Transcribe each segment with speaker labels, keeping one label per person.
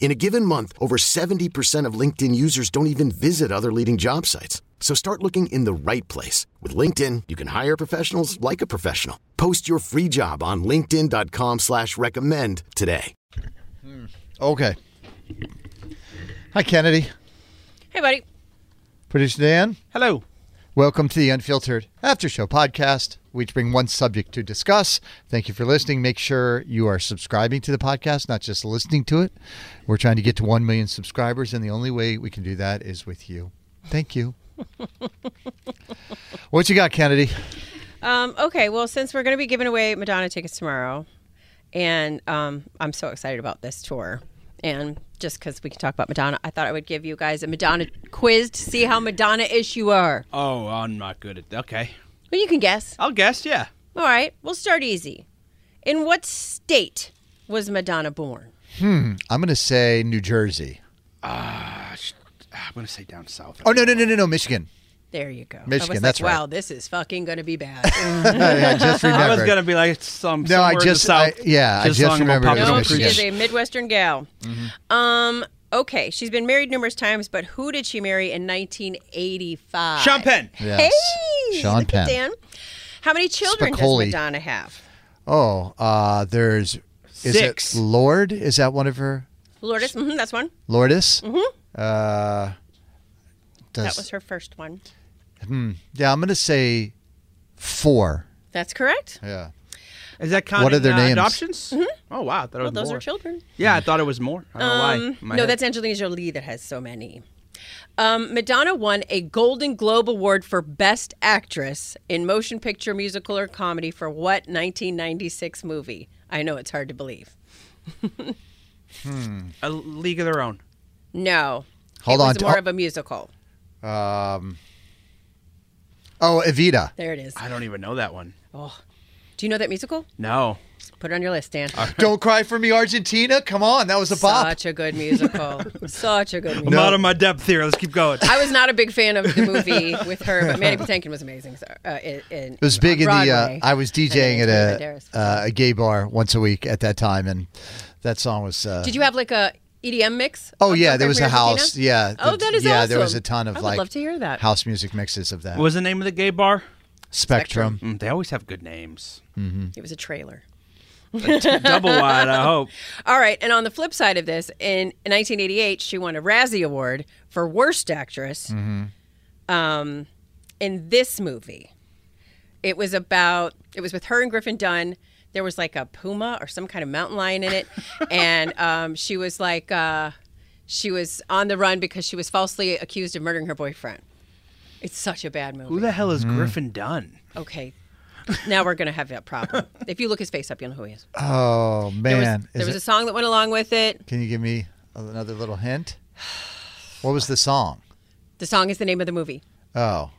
Speaker 1: In a given month, over 70% of LinkedIn users don't even visit other leading job sites. So start looking in the right place. With LinkedIn, you can hire professionals like a professional. Post your free job on linkedin.com slash recommend today.
Speaker 2: Okay. Hi, Kennedy.
Speaker 3: Hey, buddy.
Speaker 2: Producer Dan,
Speaker 4: Hello.
Speaker 2: welcome to the Unfiltered After Show podcast. We each bring one subject to discuss. Thank you for listening. Make sure you are subscribing to the podcast, not just listening to it. We're trying to get to 1 million subscribers, and the only way we can do that is with you. Thank you. what you got, Kennedy?
Speaker 3: Um, okay, well, since we're going to be giving away Madonna tickets tomorrow, and um, I'm so excited about this tour, and just because we can talk about Madonna, I thought I would give you guys a Madonna quiz to see how Madonna ish you are.
Speaker 4: Oh, I'm not good at. Okay,
Speaker 3: Well, you can guess.
Speaker 4: I'll guess. Yeah.
Speaker 3: All right, we'll start easy. In what state was Madonna born?
Speaker 2: I'm going to say New Jersey.
Speaker 4: I sh- Ah, I'm gonna say down south.
Speaker 2: Oh, no, no, no, no, no, Michigan.
Speaker 3: There you go. I was
Speaker 2: Michigan,
Speaker 3: like,
Speaker 2: that's right.
Speaker 3: Wow, this is fucking going to be bad.
Speaker 2: I just remembered.
Speaker 4: I was gonna be like some.
Speaker 2: No, I
Speaker 4: somewhere in the
Speaker 2: just-
Speaker 4: south.
Speaker 2: I- yeah, I
Speaker 4: Just
Speaker 2: just
Speaker 4: long ago,
Speaker 2: remembered it
Speaker 4: Papa
Speaker 2: was
Speaker 3: No,
Speaker 4: Don't
Speaker 3: she
Speaker 2: Michigan.
Speaker 3: is
Speaker 4: Preach.
Speaker 3: a Midwestern gal.
Speaker 2: Mm-hmm.
Speaker 3: Um, okay, she's been married numerous times, but who did she marry in 1985?
Speaker 4: Sean Penn.
Speaker 2: Yes.
Speaker 3: Hey,
Speaker 2: Sean
Speaker 3: look at
Speaker 2: Penn.
Speaker 3: Dan. How many children
Speaker 2: Spicoli.
Speaker 3: does Madonna have?
Speaker 2: Oh, uh, there's. Is
Speaker 4: Six.
Speaker 2: it Lord? Is that one of her?
Speaker 3: Lourdes, mhm, that's one.
Speaker 2: Lourdes. Mm-hmm. Uh, does,
Speaker 3: That was her first one.
Speaker 2: Yeah, I'm gonna say four.
Speaker 3: That's correct.
Speaker 2: Yeah.
Speaker 4: Is that counting
Speaker 2: What are their
Speaker 4: uh,
Speaker 2: names?
Speaker 4: Adoptions. Oh wow, I thought it
Speaker 3: Mm-hmm. Well,
Speaker 4: was
Speaker 3: those
Speaker 4: more.
Speaker 3: are children.
Speaker 4: Yeah, I thought it was more. I don't know
Speaker 3: Um,
Speaker 4: why. My
Speaker 3: no,
Speaker 4: head-
Speaker 3: that's Angelina Jolie that has so many. Um, Madonna won a Golden Globe Award for Best Actress in Motion Picture, Musical, or Comedy for what 1996 movie? I know it's hard to believe.
Speaker 4: a league of their own.
Speaker 3: No.
Speaker 2: Hold
Speaker 3: it
Speaker 2: on
Speaker 3: Was
Speaker 2: to-
Speaker 3: more
Speaker 2: oh.
Speaker 3: of a musical.
Speaker 2: Um. Oh, Evita.
Speaker 3: There it is.
Speaker 4: I don't even know that one.
Speaker 3: Oh. Do you know that musical?
Speaker 4: No.
Speaker 3: Put it on your list, Dan.
Speaker 2: Don't cry for me, Argentina. Come on, that was a bop.
Speaker 3: Such a good musical. Such a good musical.
Speaker 4: I'm out of my depth here. Let's keep going.
Speaker 3: I was not a big fan of the movie with her, but Manny Patinkin was amazing. So, uh, in, in,
Speaker 2: It was big
Speaker 3: on
Speaker 2: in the. Uh,
Speaker 3: Broadway.
Speaker 2: I was DJing at
Speaker 3: And then
Speaker 2: a
Speaker 3: Antonio Banderas.
Speaker 2: uh, a gay bar once a week at that time, and that song was. Uh,
Speaker 3: Did you have like a EDM mix?
Speaker 2: Oh
Speaker 3: of
Speaker 2: yeah,
Speaker 3: Don't
Speaker 2: there
Speaker 3: Cry
Speaker 2: was
Speaker 3: for
Speaker 2: a
Speaker 3: Me, Argentina?
Speaker 2: house. Yeah.
Speaker 3: Oh,
Speaker 2: the-
Speaker 3: that is
Speaker 2: Yeah,
Speaker 3: awesome.
Speaker 2: there was a ton of
Speaker 3: I would
Speaker 2: like
Speaker 3: love to hear that.
Speaker 2: house music mixes of that.
Speaker 4: What was the name of the gay bar?
Speaker 2: Spectrum.
Speaker 4: Mm, they always have good names.
Speaker 3: It was a trailer.
Speaker 4: Double wide. I hope.
Speaker 3: All right, and on the flip side of this, in 1988, she won a Razzie Award for Worst Actress.
Speaker 2: Mm-hmm.
Speaker 3: Um, in this movie, it was about it was with her and Griffin Dunn. There was like a puma or some kind of mountain lion in it, and um, she was like uh, she was on the run because she was falsely accused of murdering her boyfriend. It's such a bad movie.
Speaker 4: Who the hell is
Speaker 2: Mm.
Speaker 4: Griffin Dunn?
Speaker 3: okay, now we're gonna have that problem. if you look his face up, you'll know who he is.
Speaker 2: Oh
Speaker 3: There was,
Speaker 2: man, Is
Speaker 3: there was
Speaker 2: it-
Speaker 3: a song that went along with it.
Speaker 2: Can you give me another little hint? What was the song?
Speaker 3: The song is the name of the movie.
Speaker 2: Oh.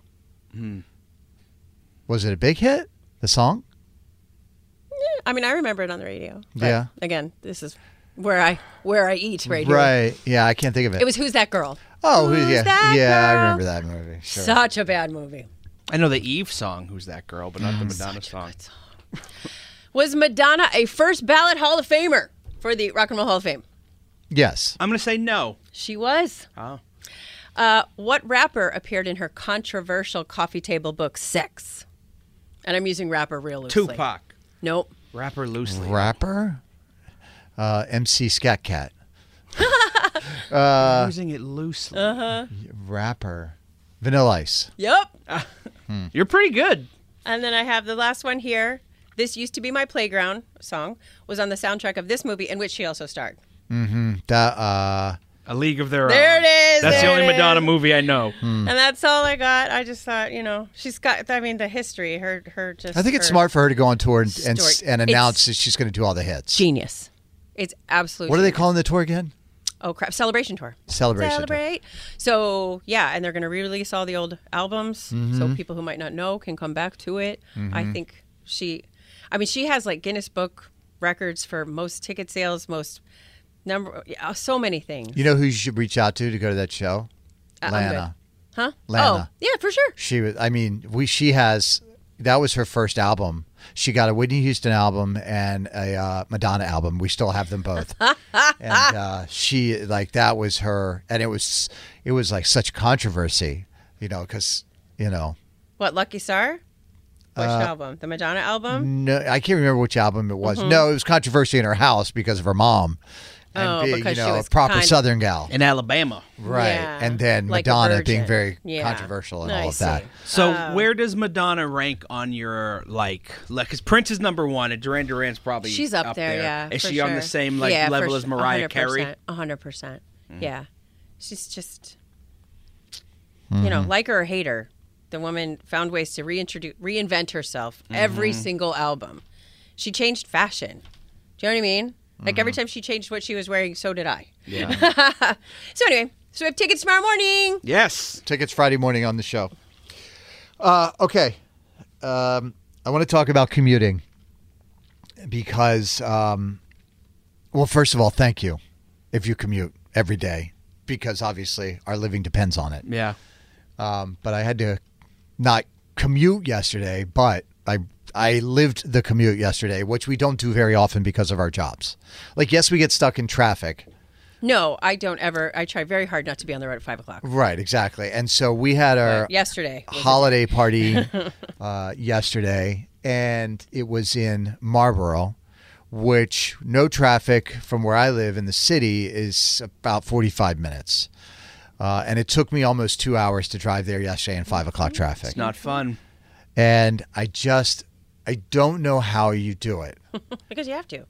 Speaker 2: Was it a big hit? The song?
Speaker 3: I mean, I remember it on the radio. but
Speaker 2: Yeah.
Speaker 3: Again, this is where I where I eat radio.
Speaker 2: Right. Yeah, I can't think of it.
Speaker 3: It was Who's That Girl?
Speaker 2: oh, who-
Speaker 3: Who's
Speaker 2: yeah.
Speaker 3: That
Speaker 2: yeah, I
Speaker 3: Girl?
Speaker 2: remember that movie. Sure.
Speaker 3: Such a bad movie.
Speaker 4: I know the Eve song. Who's that girl? But
Speaker 2: Mm.
Speaker 4: not the Madonna song.
Speaker 3: Was Madonna a first ballot Hall of Famer for the Rock and Roll Hall of Fame?
Speaker 2: yes.
Speaker 4: I'm gonna say no.
Speaker 3: She was.
Speaker 4: Oh.
Speaker 3: Uh, what rapper appeared in her controversial coffee table book Sex? And I'm using rapper real loosely.
Speaker 4: Tupac.
Speaker 3: Nope.
Speaker 4: Rapper loosely.
Speaker 2: Rapper? Uh, MC Scat Cat.
Speaker 4: using it loosely.
Speaker 3: Uh-huh.
Speaker 2: Rapper. Vanilla Ice.
Speaker 3: Yep.
Speaker 5: Mm.
Speaker 4: You're pretty good.
Speaker 3: And then I have the last one here. This Used to Be My Playground song was on the soundtrack of this movie in which she also starred.
Speaker 2: That, uh,
Speaker 5: A League of Their
Speaker 3: There
Speaker 5: Own.
Speaker 3: it is,
Speaker 5: That's
Speaker 3: there
Speaker 5: the only
Speaker 3: it
Speaker 5: Madonna
Speaker 3: is.
Speaker 5: movie I know.
Speaker 4: Hmm.
Speaker 2: Mm.
Speaker 3: And that's all I got. I just thought, you know, she's got, I mean, the history, her, her just.
Speaker 2: I think it's
Speaker 3: her-
Speaker 2: smart for her to go on tour and and, s-
Speaker 3: Story.
Speaker 2: and
Speaker 3: It's-
Speaker 2: announce that she's going to do all the hits.
Speaker 3: Genius. It's absolutely.
Speaker 2: what are they calling the tour again?
Speaker 3: Oh, crap. Celebration Tour.
Speaker 2: Celebration. Tour.
Speaker 3: Celebrate. So, yeah, and they're going to re release all the old albums
Speaker 2: Mm-hmm.
Speaker 3: so people who might not know can come back to it. I think she, I mean, she has like Guinness Book records for most ticket sales, most number, yeah, so many things.
Speaker 2: You know who you should reach out to to go to that show?
Speaker 3: Uh, I'm
Speaker 2: Lana.
Speaker 3: Huh?
Speaker 2: Lana.
Speaker 3: Oh, yeah, for sure.
Speaker 2: She was. I mean, we. She has. That was her first album. She got a Whitney Houston album and a uh, Madonna album. We still have them both. and uh, she like that was her, and it was it was like such controversy, you know, because you know,
Speaker 3: What, Lucky Star? Which
Speaker 2: Uh,
Speaker 3: album? The Madonna album?
Speaker 2: no, I can't remember which album it was. No, it was controversy in her house because of her mom. And
Speaker 3: Mm-hmm. Oh,
Speaker 2: being,
Speaker 3: because
Speaker 2: you
Speaker 3: she
Speaker 2: know,
Speaker 3: was
Speaker 2: a proper
Speaker 3: kind of-
Speaker 2: Southern gal.
Speaker 4: in Alabama.
Speaker 2: Right.
Speaker 3: Yeah,
Speaker 2: And then
Speaker 3: like a
Speaker 2: Madonna being
Speaker 3: virgin.
Speaker 2: very
Speaker 3: Yeah.
Speaker 2: controversial and
Speaker 3: I
Speaker 2: all of that.
Speaker 3: see.
Speaker 5: So
Speaker 3: Oh.
Speaker 4: Where does Madonna rank on your like? Like, because Prince is number one, and Duran Duran's probably
Speaker 3: She's up, there, yeah.
Speaker 4: Is
Speaker 3: for
Speaker 4: she on
Speaker 3: sure.
Speaker 4: the same like
Speaker 3: Yeah, for
Speaker 4: level as
Speaker 3: sure.
Speaker 4: Mariah Carey? Mm-hmm.
Speaker 3: 100%, 100%. Yeah. She's just, you know, like her or hate her, the woman found ways to reintroduce, reinvent herself every
Speaker 4: Mm-hmm.
Speaker 3: single album. She changed fashion. Do you know what I mean? Like every time she changed what she was wearing, so did I.
Speaker 4: Mm-hmm. Yeah.
Speaker 3: So anyway, so we have tickets tomorrow morning.
Speaker 4: yes.
Speaker 2: Tickets Friday morning on the show. Uh, okay. Um, I want to talk about commuting because, um, well, first of all, thank you if you commute every day because obviously our living depends on it.
Speaker 5: Yeah.
Speaker 2: Um, but I had to not commute yesterday, but I. I lived the commute yesterday, which we don't do very often because of our jobs. Like, yes, we get stuck in traffic,
Speaker 3: No, I don't ever. I try very hard not to be on the road at five o'clock.
Speaker 2: Right, exactly. And so we had our
Speaker 3: Yesterday, was a
Speaker 2: holiday party uh, yesterday, and it was in Marlboro, which no traffic from where I live in the city is about 45 minutes. Uh, and it took me almost two hours to drive there yesterday in five o'clock traffic.
Speaker 4: It's not fun.
Speaker 2: and I just, I don't know how you do it.
Speaker 3: Because you have to.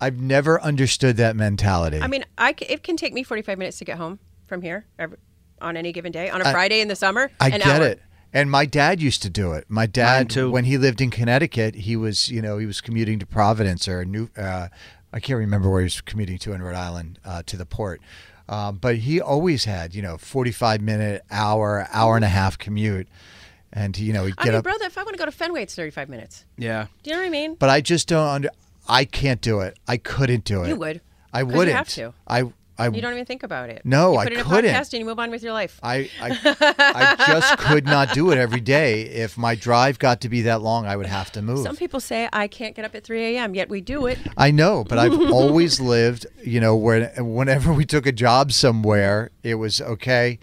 Speaker 2: I've never understood that mentality.
Speaker 3: I mean, I c- it can take me 45 minutes to get home from here every, on any given day. On a Friday in the summer,
Speaker 2: I
Speaker 3: an
Speaker 2: get
Speaker 3: hour.
Speaker 2: it. And my dad used to do it. My dad,
Speaker 4: too.
Speaker 2: when he lived in Connecticut, he was, you know, he was commuting to Providence or New, uh, I can't remember where he was commuting to in Rhode Island uh, to the port. Uh, but he always had, you know, 45 minute, hour, hour and a half commute. And, you know, he'd
Speaker 3: I
Speaker 2: get
Speaker 3: mean,
Speaker 2: up.
Speaker 3: brother, if I want to go to Fenway, it's 35 minutes.
Speaker 5: Yeah.
Speaker 3: Do you know what I mean?
Speaker 2: But I just don't under, I can't do it. I couldn't do it.
Speaker 3: You would.
Speaker 2: I
Speaker 3: 'Cause you
Speaker 2: wouldn't.
Speaker 3: have to.
Speaker 2: I, I,
Speaker 3: You don't even think about it.
Speaker 2: No,
Speaker 3: you
Speaker 2: I
Speaker 3: put it in
Speaker 2: couldn't.
Speaker 3: a podcast and you move on with your life.
Speaker 2: I, I, I just could not do it every day. If my drive got to be that long, I would have to move.
Speaker 3: Some people say I can't get up at 3 a.m. Yet we do it.
Speaker 2: I know, but I've always lived, you know, when whenever we took a job somewhere, it was okay.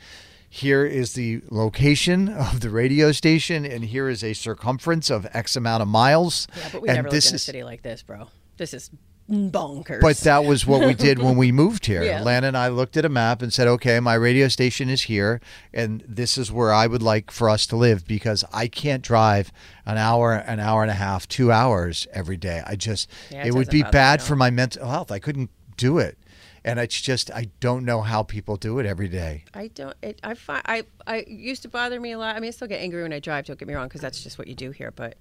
Speaker 2: Here is the location of the radio station, and here is a circumference of X amount of miles.
Speaker 3: Yeah, but we
Speaker 2: and
Speaker 3: never lived
Speaker 2: this
Speaker 3: in a
Speaker 2: is-
Speaker 3: city like this, bro. This is bonkers.
Speaker 2: But that was what we did when we moved here.
Speaker 3: Yeah.
Speaker 2: Lana and I looked at a map and said, okay, my radio station is here, and this is where I would like for us to live because I can't drive an hour, an hour and a half, two hours every day. I just,
Speaker 3: Yeah, it
Speaker 2: it, would
Speaker 3: doesn't
Speaker 2: be
Speaker 3: bother
Speaker 2: bad
Speaker 3: me,
Speaker 2: for my mental health. I couldn't do it. And it's just, I don't know how people do it every day.
Speaker 3: I don't. It, I find I I it used to bother me a lot. I mean, I still get angry when I drive. Don't get me wrong, because that's just what you do here. But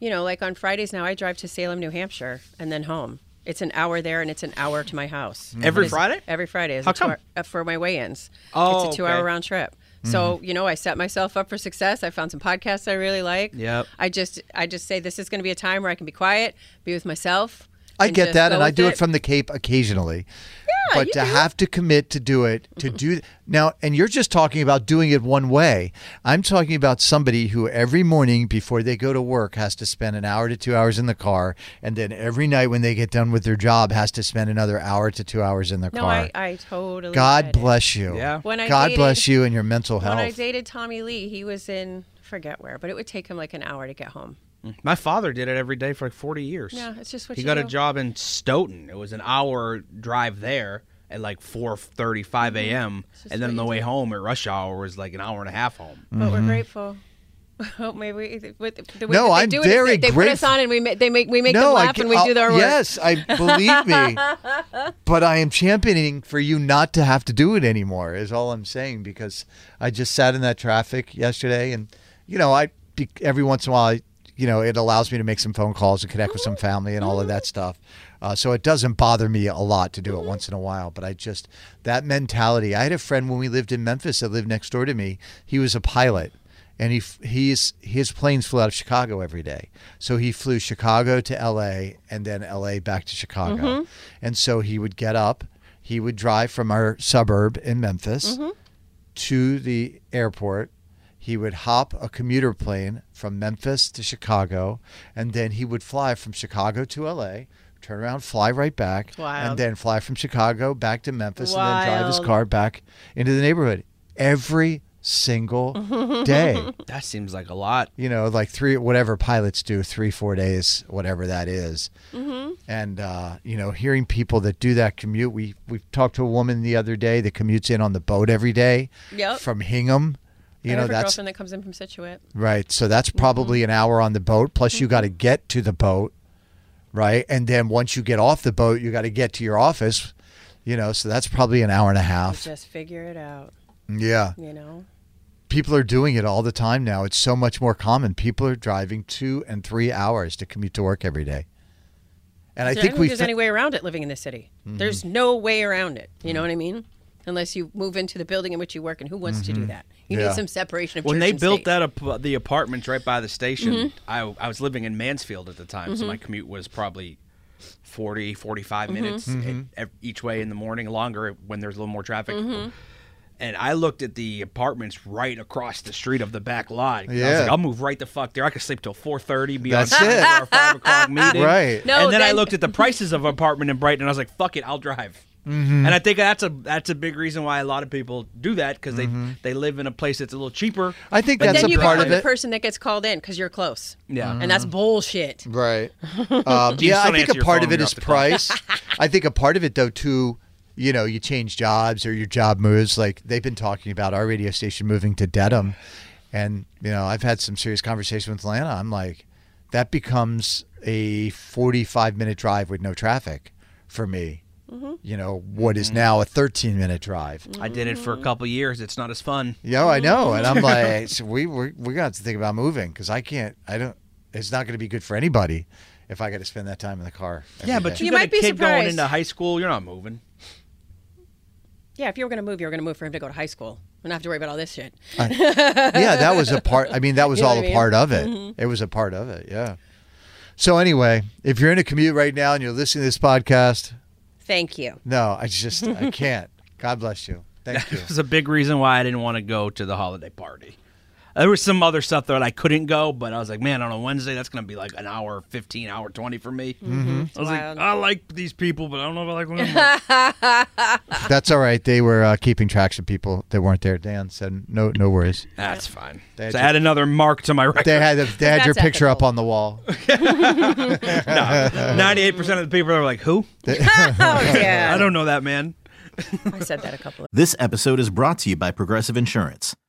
Speaker 3: you know, like on Fridays now, I drive to Salem, New Hampshire, and then home. It's an hour there, and it's an hour to my house.
Speaker 2: Mm-hmm.
Speaker 4: Every
Speaker 3: It is-
Speaker 4: Friday?
Speaker 3: Every Friday is
Speaker 4: How
Speaker 3: a two
Speaker 4: come?
Speaker 3: hour- uh, for my weigh-ins.
Speaker 4: Oh,
Speaker 3: it's a two-hour
Speaker 4: okay.
Speaker 3: round trip.
Speaker 2: Mm-hmm.
Speaker 3: So you know, I set myself up for success. I found some podcasts I really like.
Speaker 4: Yep.
Speaker 3: I just I just say this is going to be a time where I can be quiet, be with myself.
Speaker 2: I
Speaker 3: and
Speaker 2: get
Speaker 3: just
Speaker 2: that,
Speaker 3: go
Speaker 2: and I
Speaker 3: with
Speaker 2: do it from the Cape occasionally. Yeah, but
Speaker 3: you
Speaker 2: to
Speaker 3: do.
Speaker 2: have to commit to do it, to do now, and you're just talking about doing it one way. I'm talking about somebody who every morning before they go to work has to spend an hour to two hours in the car, and then every night when they get done with their job has to spend another hour to two hours in the
Speaker 3: No,
Speaker 2: car.
Speaker 3: I, I totally.
Speaker 2: God
Speaker 3: get it.
Speaker 2: bless you.
Speaker 4: Yeah.
Speaker 3: When I
Speaker 2: God
Speaker 3: dated-
Speaker 2: bless you and your mental health.
Speaker 3: When I dated Tommy Lee, he was in forget where, but it would take him like an hour to get home.
Speaker 4: My father did it every day for like 40 years.
Speaker 3: Yeah, it's just what
Speaker 4: he
Speaker 3: you
Speaker 4: got a
Speaker 3: do.
Speaker 4: job in Stoughton. It was an hour drive there at like 4:35 a.m.
Speaker 3: just
Speaker 4: and
Speaker 3: Mm-hmm. what
Speaker 4: then on the
Speaker 3: you
Speaker 4: way
Speaker 3: do.
Speaker 4: home at rush hour was like an hour and a half home.
Speaker 3: But we're grateful. Oh, maybe with the way
Speaker 2: Mm-hmm. No,
Speaker 3: that they
Speaker 2: I'm
Speaker 3: do it,
Speaker 2: very
Speaker 3: they, they put us
Speaker 2: grateful.
Speaker 3: on and we ma- they make we make them
Speaker 2: I
Speaker 3: laugh
Speaker 2: ca-
Speaker 3: and we
Speaker 2: I'll-
Speaker 3: do their work.
Speaker 2: Yes, I believe me. but I am championing for you not to have to do it anymore. Is all I'm saying because I just sat in that traffic yesterday, and you know, I be- every once in a while, I, you know, it allows me to make some phone calls and connect with some family and all of that stuff. Uh, so it doesn't bother me a lot to do it once in a while. But I just that mentality. I had a friend when we lived in Memphis that lived next door to me. He was a pilot and he f- he's his planes flew out of Chicago every day. So he flew Chicago to L.A. and then L.A. back to Chicago. And so he would get up, he would drive from our suburb in Memphis to the airport. He would hop a commuter plane from Memphis to Chicago, and then he would fly from Chicago to L.A. Turn around, fly right back, and
Speaker 3: Wild.
Speaker 2: then fly from Chicago back to Memphis, and then drive his
Speaker 3: Wild.
Speaker 2: car back into the neighborhood every single day
Speaker 4: That seems like a lot.
Speaker 2: you know, like three, whatever pilots do, three, four days, whatever that is.
Speaker 3: Mm-hmm.
Speaker 2: And, uh, you know, hearing people that do that commute, we, we talked to a woman the other day that commutes in on the boat every day
Speaker 3: Yep.
Speaker 2: from Hingham. You
Speaker 3: I
Speaker 2: know,
Speaker 3: have a
Speaker 2: that's
Speaker 3: girlfriend Mm-hmm. that comes in from Situate.
Speaker 2: right. So that's probably an hour on the boat. Plus, you got to
Speaker 3: Mm-hmm.
Speaker 2: get to the boat, right? And then once you get off the boat, you got to get to your office, you know, so that's probably an hour and a half.
Speaker 3: Just figure it out,
Speaker 2: yeah.
Speaker 3: you know.
Speaker 2: people are doing it all the time now. It's so much more common. People are driving two and three hours to commute to work every day. And I
Speaker 3: There-
Speaker 2: think we Mm-hmm.
Speaker 3: there's
Speaker 2: fi-
Speaker 3: any way around it living in the city. There's no way around it. You know
Speaker 2: Mm-hmm.
Speaker 3: what I mean? Unless you move into the building in which you work, and who wants to do that? You
Speaker 2: Mm-hmm. Yeah.
Speaker 3: need some separation of
Speaker 4: When
Speaker 3: church
Speaker 4: they
Speaker 3: and
Speaker 4: built
Speaker 3: state. Mm-hmm.
Speaker 4: that up, the apartments right by the station, I, I was living in Mansfield at the time, so my commute was probably 40, 45
Speaker 3: Mm-hmm.
Speaker 4: minutes
Speaker 2: Mm-hmm.
Speaker 4: e- e- each way in the morning, longer when there's a little more traffic.
Speaker 3: Mm-hmm.
Speaker 4: And I looked at the apartments right across the street of the back lot. and I was
Speaker 2: Yeah.
Speaker 4: like, I'll move right the fuck there. I could sleep till 4.30, be
Speaker 2: That's
Speaker 4: on time
Speaker 2: it.
Speaker 4: for our 5 o'clock meeting.
Speaker 2: Right.
Speaker 3: No,
Speaker 4: and then, I
Speaker 3: then-
Speaker 4: looked at the prices of apartment in Brighton, and I was like, fuck it, I'll drive. And I think that's a that's a big reason why a lot of people do that because they they live in a place that's a little cheaper.
Speaker 2: I think
Speaker 4: But
Speaker 2: that's
Speaker 3: then
Speaker 2: a
Speaker 3: you
Speaker 2: part
Speaker 3: become
Speaker 2: of
Speaker 3: the
Speaker 2: it. Mm-hmm.
Speaker 3: person that gets called in because you're close.
Speaker 4: Yeah.
Speaker 3: and that's bullshit.
Speaker 2: Right. Um,
Speaker 4: You
Speaker 2: yeah, I
Speaker 4: still
Speaker 2: think
Speaker 4: answer
Speaker 2: a
Speaker 4: your
Speaker 2: part
Speaker 4: phone
Speaker 2: of it
Speaker 4: when
Speaker 2: is
Speaker 4: you're off
Speaker 2: price. I think a part of it, though, too, you know, you change jobs or your job moves. Like they've been talking about our radio station moving to Dedham. And, you know, I've had some serious conversation with Lana. I'm like, that becomes a 45 minute drive with no traffic for me.
Speaker 4: Mm-hmm.
Speaker 2: You know, what is now a 13 minute drive.
Speaker 4: I did it for a couple years. It's not as fun.
Speaker 2: Yeah, I know, and I'm like, so we we're, we're gonna have to think about moving because I can't. I don't. It's not gonna be good for anybody if I got to spend that time in the car. every
Speaker 4: Yeah, but
Speaker 2: day.
Speaker 4: you,
Speaker 3: You
Speaker 4: got
Speaker 3: might
Speaker 4: a
Speaker 3: be
Speaker 4: kid going
Speaker 3: surprised.
Speaker 4: into high school. You're not moving.
Speaker 3: Yeah, if you were going to move, you were going to move for him to go to high school. And not have to worry about all this shit.
Speaker 2: yeah, that was a part. I mean, that was
Speaker 3: You know
Speaker 2: all
Speaker 3: what I
Speaker 2: a
Speaker 3: mean? Mm-hmm.
Speaker 2: part of it. It was a part of it. Yeah. So anyway, if you're in a commute right now and you're listening to this podcast,
Speaker 3: Thank you.
Speaker 2: no, I just I can't. God bless you. Thank you.
Speaker 4: It was a big reason why I didn't want to go to the holiday party. There was some other stuff that I couldn't go, but I was like, man, on a Wednesday, that's going to be like an hour, 15, hour 20 for me. I was
Speaker 3: wild.
Speaker 4: like, I like these people, but I don't know if I like women.
Speaker 2: That's all right. They were uh, keeping tracks of people that weren't there. Dan said, "No, no worries."
Speaker 4: that's fine.
Speaker 2: had
Speaker 4: So
Speaker 2: your-
Speaker 4: add another mark to my record.
Speaker 2: They had they had your
Speaker 3: That's
Speaker 2: picture up
Speaker 3: ethical.
Speaker 2: on the wall.
Speaker 4: 98% of the people are like, who?
Speaker 3: Oh, yeah.
Speaker 4: I don't know that man.
Speaker 3: I said that a couple of
Speaker 6: This episode is brought to you by Progressive Insurance.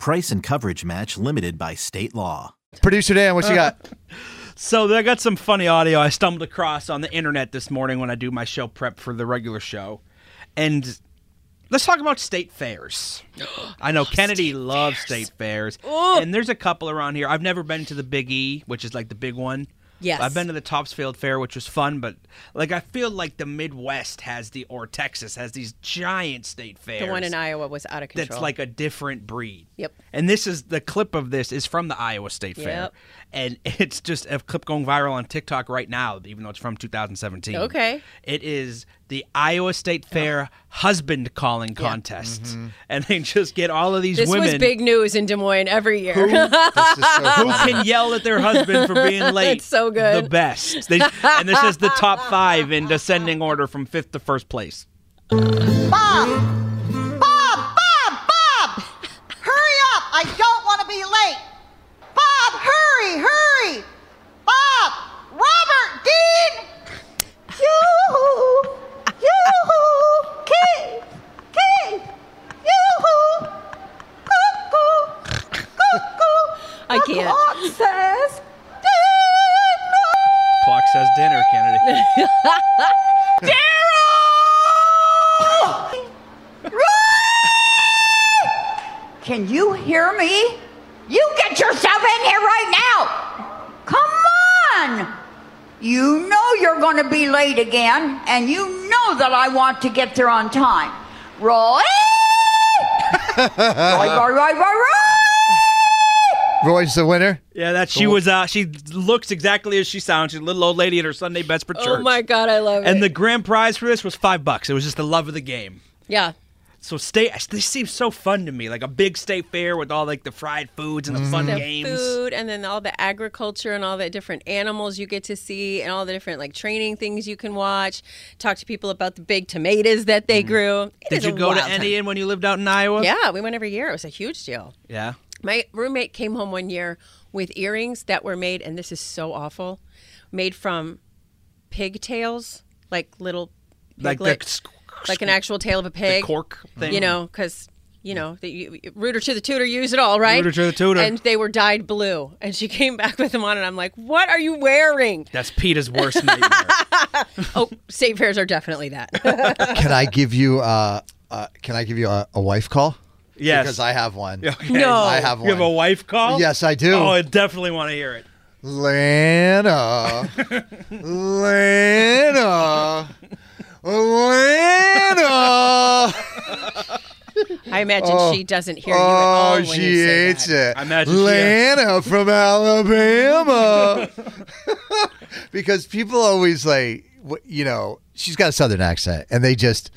Speaker 6: Price and coverage match limited by state law.
Speaker 2: Producer Dan, what you got?
Speaker 4: So I got some funny audio I stumbled across on the internet this morning when I do my show prep for the regular show. And let's talk about state fairs. I know Kennedy loves state fairs. And there's a couple around here. I've never been to the Big E, which is like the big one.
Speaker 3: Yes.
Speaker 4: I've been to the Topsfield Fair, which was fun, but like I feel like the Midwest has the or Texas has these giant state fairs.
Speaker 3: The one in Iowa was out of control.
Speaker 4: That's like a different breed.
Speaker 3: Yep.
Speaker 4: And this is the clip of this is from the Iowa State Fair,
Speaker 3: Yep.
Speaker 4: and it's just a clip going viral on TikTok right now, even though it's from 2017.
Speaker 3: Okay.
Speaker 4: It is the Iowa State Fair husband calling contest, and they just get all of these
Speaker 3: this
Speaker 4: women
Speaker 3: was big news in Des Moines every year.
Speaker 2: This is so
Speaker 4: who
Speaker 2: funny.
Speaker 4: can yell at their husband for being late.
Speaker 3: It's so good.
Speaker 4: The best. They, and this is the top five in descending order from fifth to first place.
Speaker 5: Bob! Bob! Bob! Bob! Hurry up! I don't want to be late! Bob, hurry! Hurry! Bob! Robert Dean! Yoo-hoo! Yoo-hoo! Keith! Keith! Yoo-hoo! Cuckoo! Cuckoo!
Speaker 3: I can't.
Speaker 5: Clock says dinner!
Speaker 4: Clock says dinner, Kennedy.
Speaker 5: Can you hear me? You get yourself in here right now! Come on! You know you're going to be late again, and you know that I want to get there on time. Roy! Roy, Roy, Roy, Roy, Roy!
Speaker 2: Roy's the winner.
Speaker 4: Yeah, that she was. Uh, she looks exactly as she sounds. She's a little old lady in her Sunday best for church.
Speaker 3: oh my god, I love it.
Speaker 4: And the grand prize for this was five bucks. It was just the love of the game.
Speaker 3: yeah.
Speaker 4: So state, this seems so fun to me. Like a big state fair with all like the fried foods and the fun
Speaker 3: Mm-hmm. The
Speaker 4: games.
Speaker 3: food and then all the agriculture and all the different animals you get to see and all the different like training things you can watch. Talk to people about the big tomatoes that they grew. It
Speaker 4: Mm-hmm. Did
Speaker 3: is
Speaker 4: you
Speaker 3: a
Speaker 4: go to
Speaker 3: wild time.
Speaker 4: any when you lived out in Iowa?
Speaker 3: Yeah, we went every year. It was a huge deal.
Speaker 4: Yeah.
Speaker 3: My roommate came home one year with earrings that were made, and this is so awful, made from pigtails, like little,
Speaker 4: Like the
Speaker 3: piglet-
Speaker 4: squ-
Speaker 3: like an actual tail of a
Speaker 4: the
Speaker 3: pig,
Speaker 4: cork thing.
Speaker 3: you know, because. You know, the you, rooter to the tutor, use it all, right?
Speaker 4: Rooter to the tutor.
Speaker 3: And they were dyed blue. And she came back with them on, and I'm like, "What are you wearing?"
Speaker 4: That's Peter's worst nightmare.
Speaker 3: oh, state fairs are definitely that.
Speaker 2: Can I give you? Uh, uh, can I give you a, a wife call?
Speaker 4: yes.
Speaker 2: Because I have one.
Speaker 3: No.
Speaker 2: I have one.
Speaker 4: You have a wife call?
Speaker 2: Yes, I do.
Speaker 4: Oh, I definitely want to hear it.
Speaker 2: Lana. Lana. Lana.
Speaker 3: I imagine she doesn't hear you at all.
Speaker 2: Oh,
Speaker 3: when
Speaker 2: she
Speaker 3: you say
Speaker 2: hates
Speaker 3: that.
Speaker 2: it.
Speaker 4: I imagine she- uh,
Speaker 2: Lana from Alabama. because people always like, wh- you know, she's got a southern accent, and they just,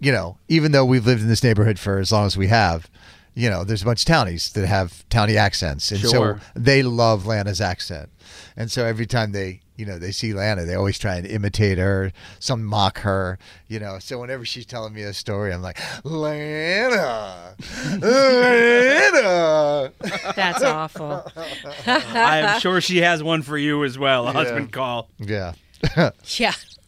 Speaker 2: you know, even though we've lived in this neighborhood for as long as we have, you know, there's a bunch of townies that have townie accents, and
Speaker 4: Sure.
Speaker 2: so they love Lana's accent, and so every time they. You know, they see Lana, they always try and imitate her, some mock her, you know. So whenever she's telling me a story, I'm like, Lana, Lana.
Speaker 3: That's awful.
Speaker 4: I am sure she has one for you as well, a husband call.
Speaker 2: Yeah.
Speaker 3: Yeah.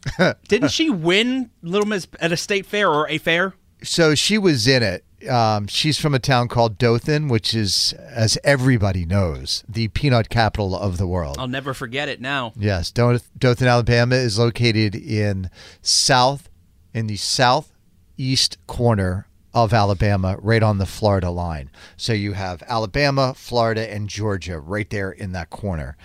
Speaker 4: Didn't she win Little Miss at a state fair or a fair?
Speaker 2: so she was in it. Um, she's from a town called Dothan, which is, as everybody knows, the peanut capital of the world.
Speaker 4: I'll never forget it now.
Speaker 2: Yes, Doth- Dothan, Alabama is located in south in the southeast corner of Alabama, right on the Florida line. So you have Alabama, Florida, and Georgia right there in that corner.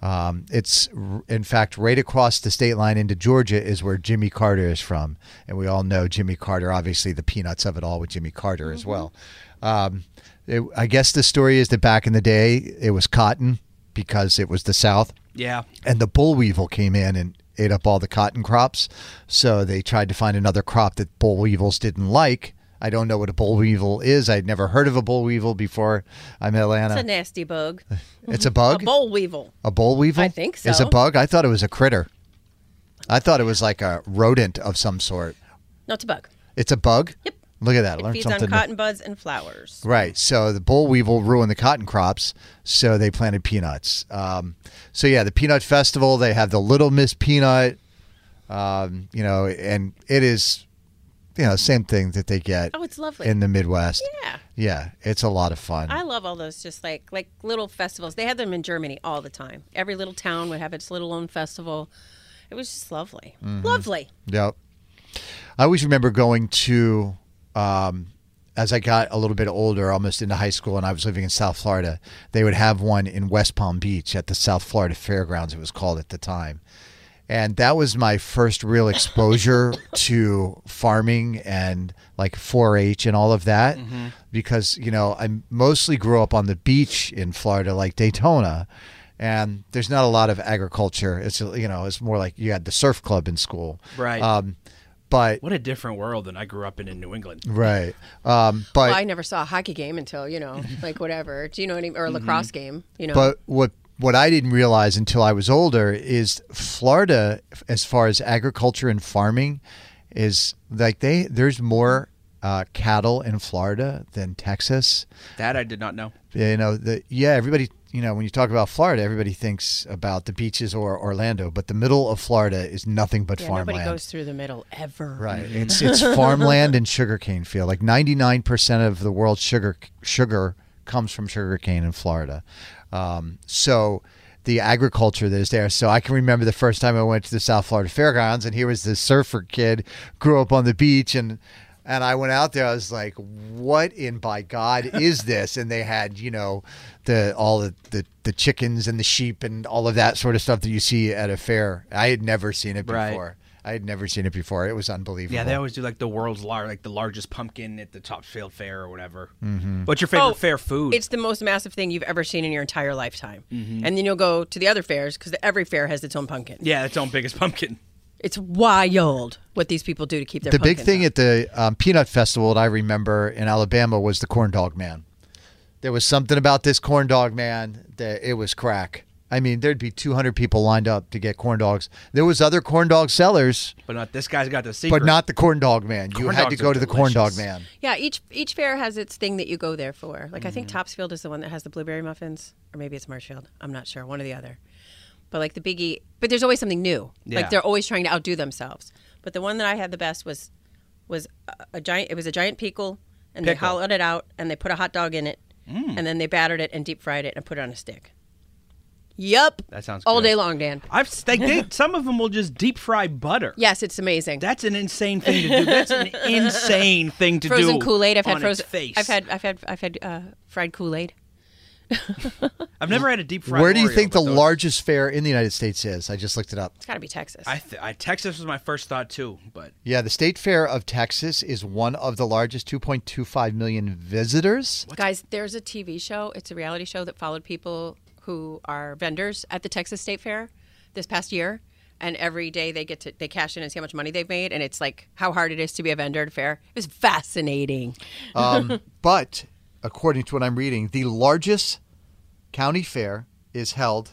Speaker 2: Um, it's r- in fact right across the state line into Georgia is where Jimmy Carter is from, and we all know Jimmy Carter, obviously the peanuts of it all with Jimmy Carter as well. Um, it- I guess the story is that back in the day it was cotton because it was the South
Speaker 4: Yeah.
Speaker 2: and the bull weevil came in and ate up all the cotton crops. So they tried to find another crop that bull weevils didn't like. I don't know what a bull weevil is. I'd never heard of a bull weevil before I met Lana.
Speaker 3: It's a nasty bug.
Speaker 2: It's a bug.
Speaker 3: A boll weevil.
Speaker 2: A boll weevil.
Speaker 3: I think
Speaker 2: Is a
Speaker 3: so.
Speaker 2: bug? I thought it was a critter. I thought it was like a rodent of some sort.
Speaker 3: No, it's a bug.
Speaker 2: It's a bug.
Speaker 3: Yep.
Speaker 2: Look at that.
Speaker 3: It
Speaker 2: Learn
Speaker 3: feeds
Speaker 2: something.
Speaker 3: on cotton buds and flowers.
Speaker 2: Right. So the boll weevil ruined the cotton crops, so they planted peanuts. Um, so yeah, the peanut festival. They have the Little Miss Peanut. Um, you know, and it is, you know, same thing that they get
Speaker 3: Oh, it's lovely.
Speaker 2: in the Midwest.
Speaker 3: yeah.
Speaker 2: Yeah, it's a lot of fun.
Speaker 3: I love all those just like like little festivals. They had them in Germany all the time. Every little town would have its little own festival. It was just lovely.
Speaker 2: Mm-hmm.
Speaker 3: Lovely.
Speaker 2: Yep. I always remember going to um, as I got a little bit older, almost into high school, and I was living in South Florida, they would have one in West Palm Beach at the South Florida Fairgrounds, it was called at the time. And that was my first real exposure to farming and like 4 H and all of that. Because, you know, I mostly grew up on the beach in Florida, like Daytona. And there's not a lot of agriculture. It's, you know, it's more like you had the surf club in school.
Speaker 4: Right.
Speaker 2: Um, but,
Speaker 4: What a different world than I grew up in in New England.
Speaker 2: right. Um, but,
Speaker 3: Well, I never saw a hockey game until you know, like whatever. Do you know any or a lacrosse game? You know,
Speaker 2: Mm-hmm. But what what I didn't realize until I was older is Florida, as far as agriculture and farming, is like they there's more uh, cattle in Florida than Texas.
Speaker 4: That I did not know.
Speaker 2: You know, the yeah, everybody. You know, when you talk about Florida, everybody thinks about the beaches or Orlando, but the middle of Florida is nothing but
Speaker 3: yeah,
Speaker 2: farmland.
Speaker 3: nobody goes through the middle ever.
Speaker 2: Right. It's it's farmland and sugarcane field. Like 99% of the world's sugar sugar comes from sugarcane in Florida. Um, so the agriculture that is there. So I can remember the first time I went to the South Florida Fairgrounds and here was this surfer kid grew up on the beach and and I went out there. I was like, "What in by God is this?" And they had, you know, the all the, the the chickens and the sheep and all of that sort of stuff that you see at a fair. I had never seen it
Speaker 4: Right.
Speaker 2: before. I had never seen it before. It was unbelievable.
Speaker 4: Yeah, they always do like the world's lar- like the largest pumpkin at the Topsfield Fair or whatever.
Speaker 2: Mm-hmm.
Speaker 4: What's your favorite
Speaker 3: Oh,
Speaker 4: fair food?
Speaker 3: It's the most massive thing you've ever seen in your entire lifetime.
Speaker 2: Mm-hmm.
Speaker 3: And then you'll go to the other fairs because every fair has its own pumpkin.
Speaker 4: yeah, its own biggest pumpkin.
Speaker 3: It's wild what these people do to keep their
Speaker 2: the big
Speaker 3: pumpkins
Speaker 2: thing
Speaker 3: up.
Speaker 2: at the um, Peanut Festival that I remember in Alabama was the corn dog man. There was something about this corn dog man that it was crack. I mean, there'd be 200 people lined up to get corn dogs. There was other corn dog sellers,
Speaker 4: But not this guy's got the secret.
Speaker 2: but not the corn dog man. you
Speaker 4: Corn
Speaker 2: had to
Speaker 4: dogs
Speaker 2: go
Speaker 4: are
Speaker 2: to the corn dog
Speaker 4: delicious.
Speaker 2: man.
Speaker 3: yeah, each each fair has its thing that you go there for. Like I
Speaker 4: Mm.
Speaker 3: think Topsfield is the one that has the blueberry muffins, or maybe it's Marshfield. I'm not sure, one or the other. But like the biggie, but there's always something new.
Speaker 4: Yeah.
Speaker 3: Like they're always trying to outdo themselves. But the one that I had the best was was a, a giant. It was a giant pickle, and they
Speaker 4: Pickle. Mm.
Speaker 3: hollowed it out, and they put a hot dog in it, and then they battered it and deep fried it and put it on a stick. Yup.
Speaker 4: That sounds
Speaker 3: all
Speaker 4: good.
Speaker 3: day long, Dan.
Speaker 4: I've they, they, some of them will just deep fry butter.
Speaker 3: Yes, it's amazing.
Speaker 4: That's an insane thing to do. That's an insane thing to do.
Speaker 3: frozen Kool Aid. I've
Speaker 4: on
Speaker 3: had
Speaker 4: its
Speaker 3: frozen.
Speaker 4: face.
Speaker 3: I've had I've had I've had uh, fried Kool Aid.
Speaker 4: I've never had a deep fried.
Speaker 2: Where do you
Speaker 4: Oreo,
Speaker 2: think the
Speaker 4: but those-
Speaker 2: largest fair in the United States is? I just looked it up.
Speaker 3: It's got to be Texas.
Speaker 4: I, th- I Texas was my first thought too, but
Speaker 2: Yeah, the State Fair of Texas is one of the largest, 2.25 million visitors.
Speaker 3: Guys, there's a TV show. It's a reality show that followed people who are vendors at the Texas State Fair this past year. And every day they get to they cash in and see how much money they've made, and it's like how hard it is to be a vendor at a fair. It was fascinating.
Speaker 2: Um, but according to what I'm reading, the largest county fair is held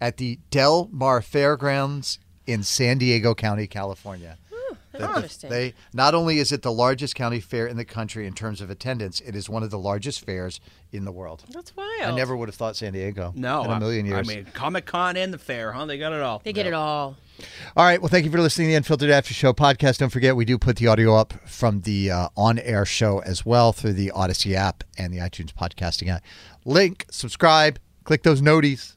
Speaker 2: at the Del Mar Fairgrounds in San Diego County, California. The- the-
Speaker 3: interesting.
Speaker 2: They not only is it the largest county fair in the country in terms of attendance, it is one of the largest fairs in the world.
Speaker 3: That's wild.
Speaker 2: I never would have thought San Diego.
Speaker 4: no,
Speaker 2: in a million
Speaker 4: I,
Speaker 2: years.
Speaker 4: I mean, Comic Con and the fair, huh? They got it all.
Speaker 3: They get it all.
Speaker 2: All right. Well, thank you for listening to the Unfiltered After Show podcast. Don't forget, we do put the audio up from the uh, on air show as well through the Odyssey app and the iTunes podcasting app. Link, subscribe, click those noties.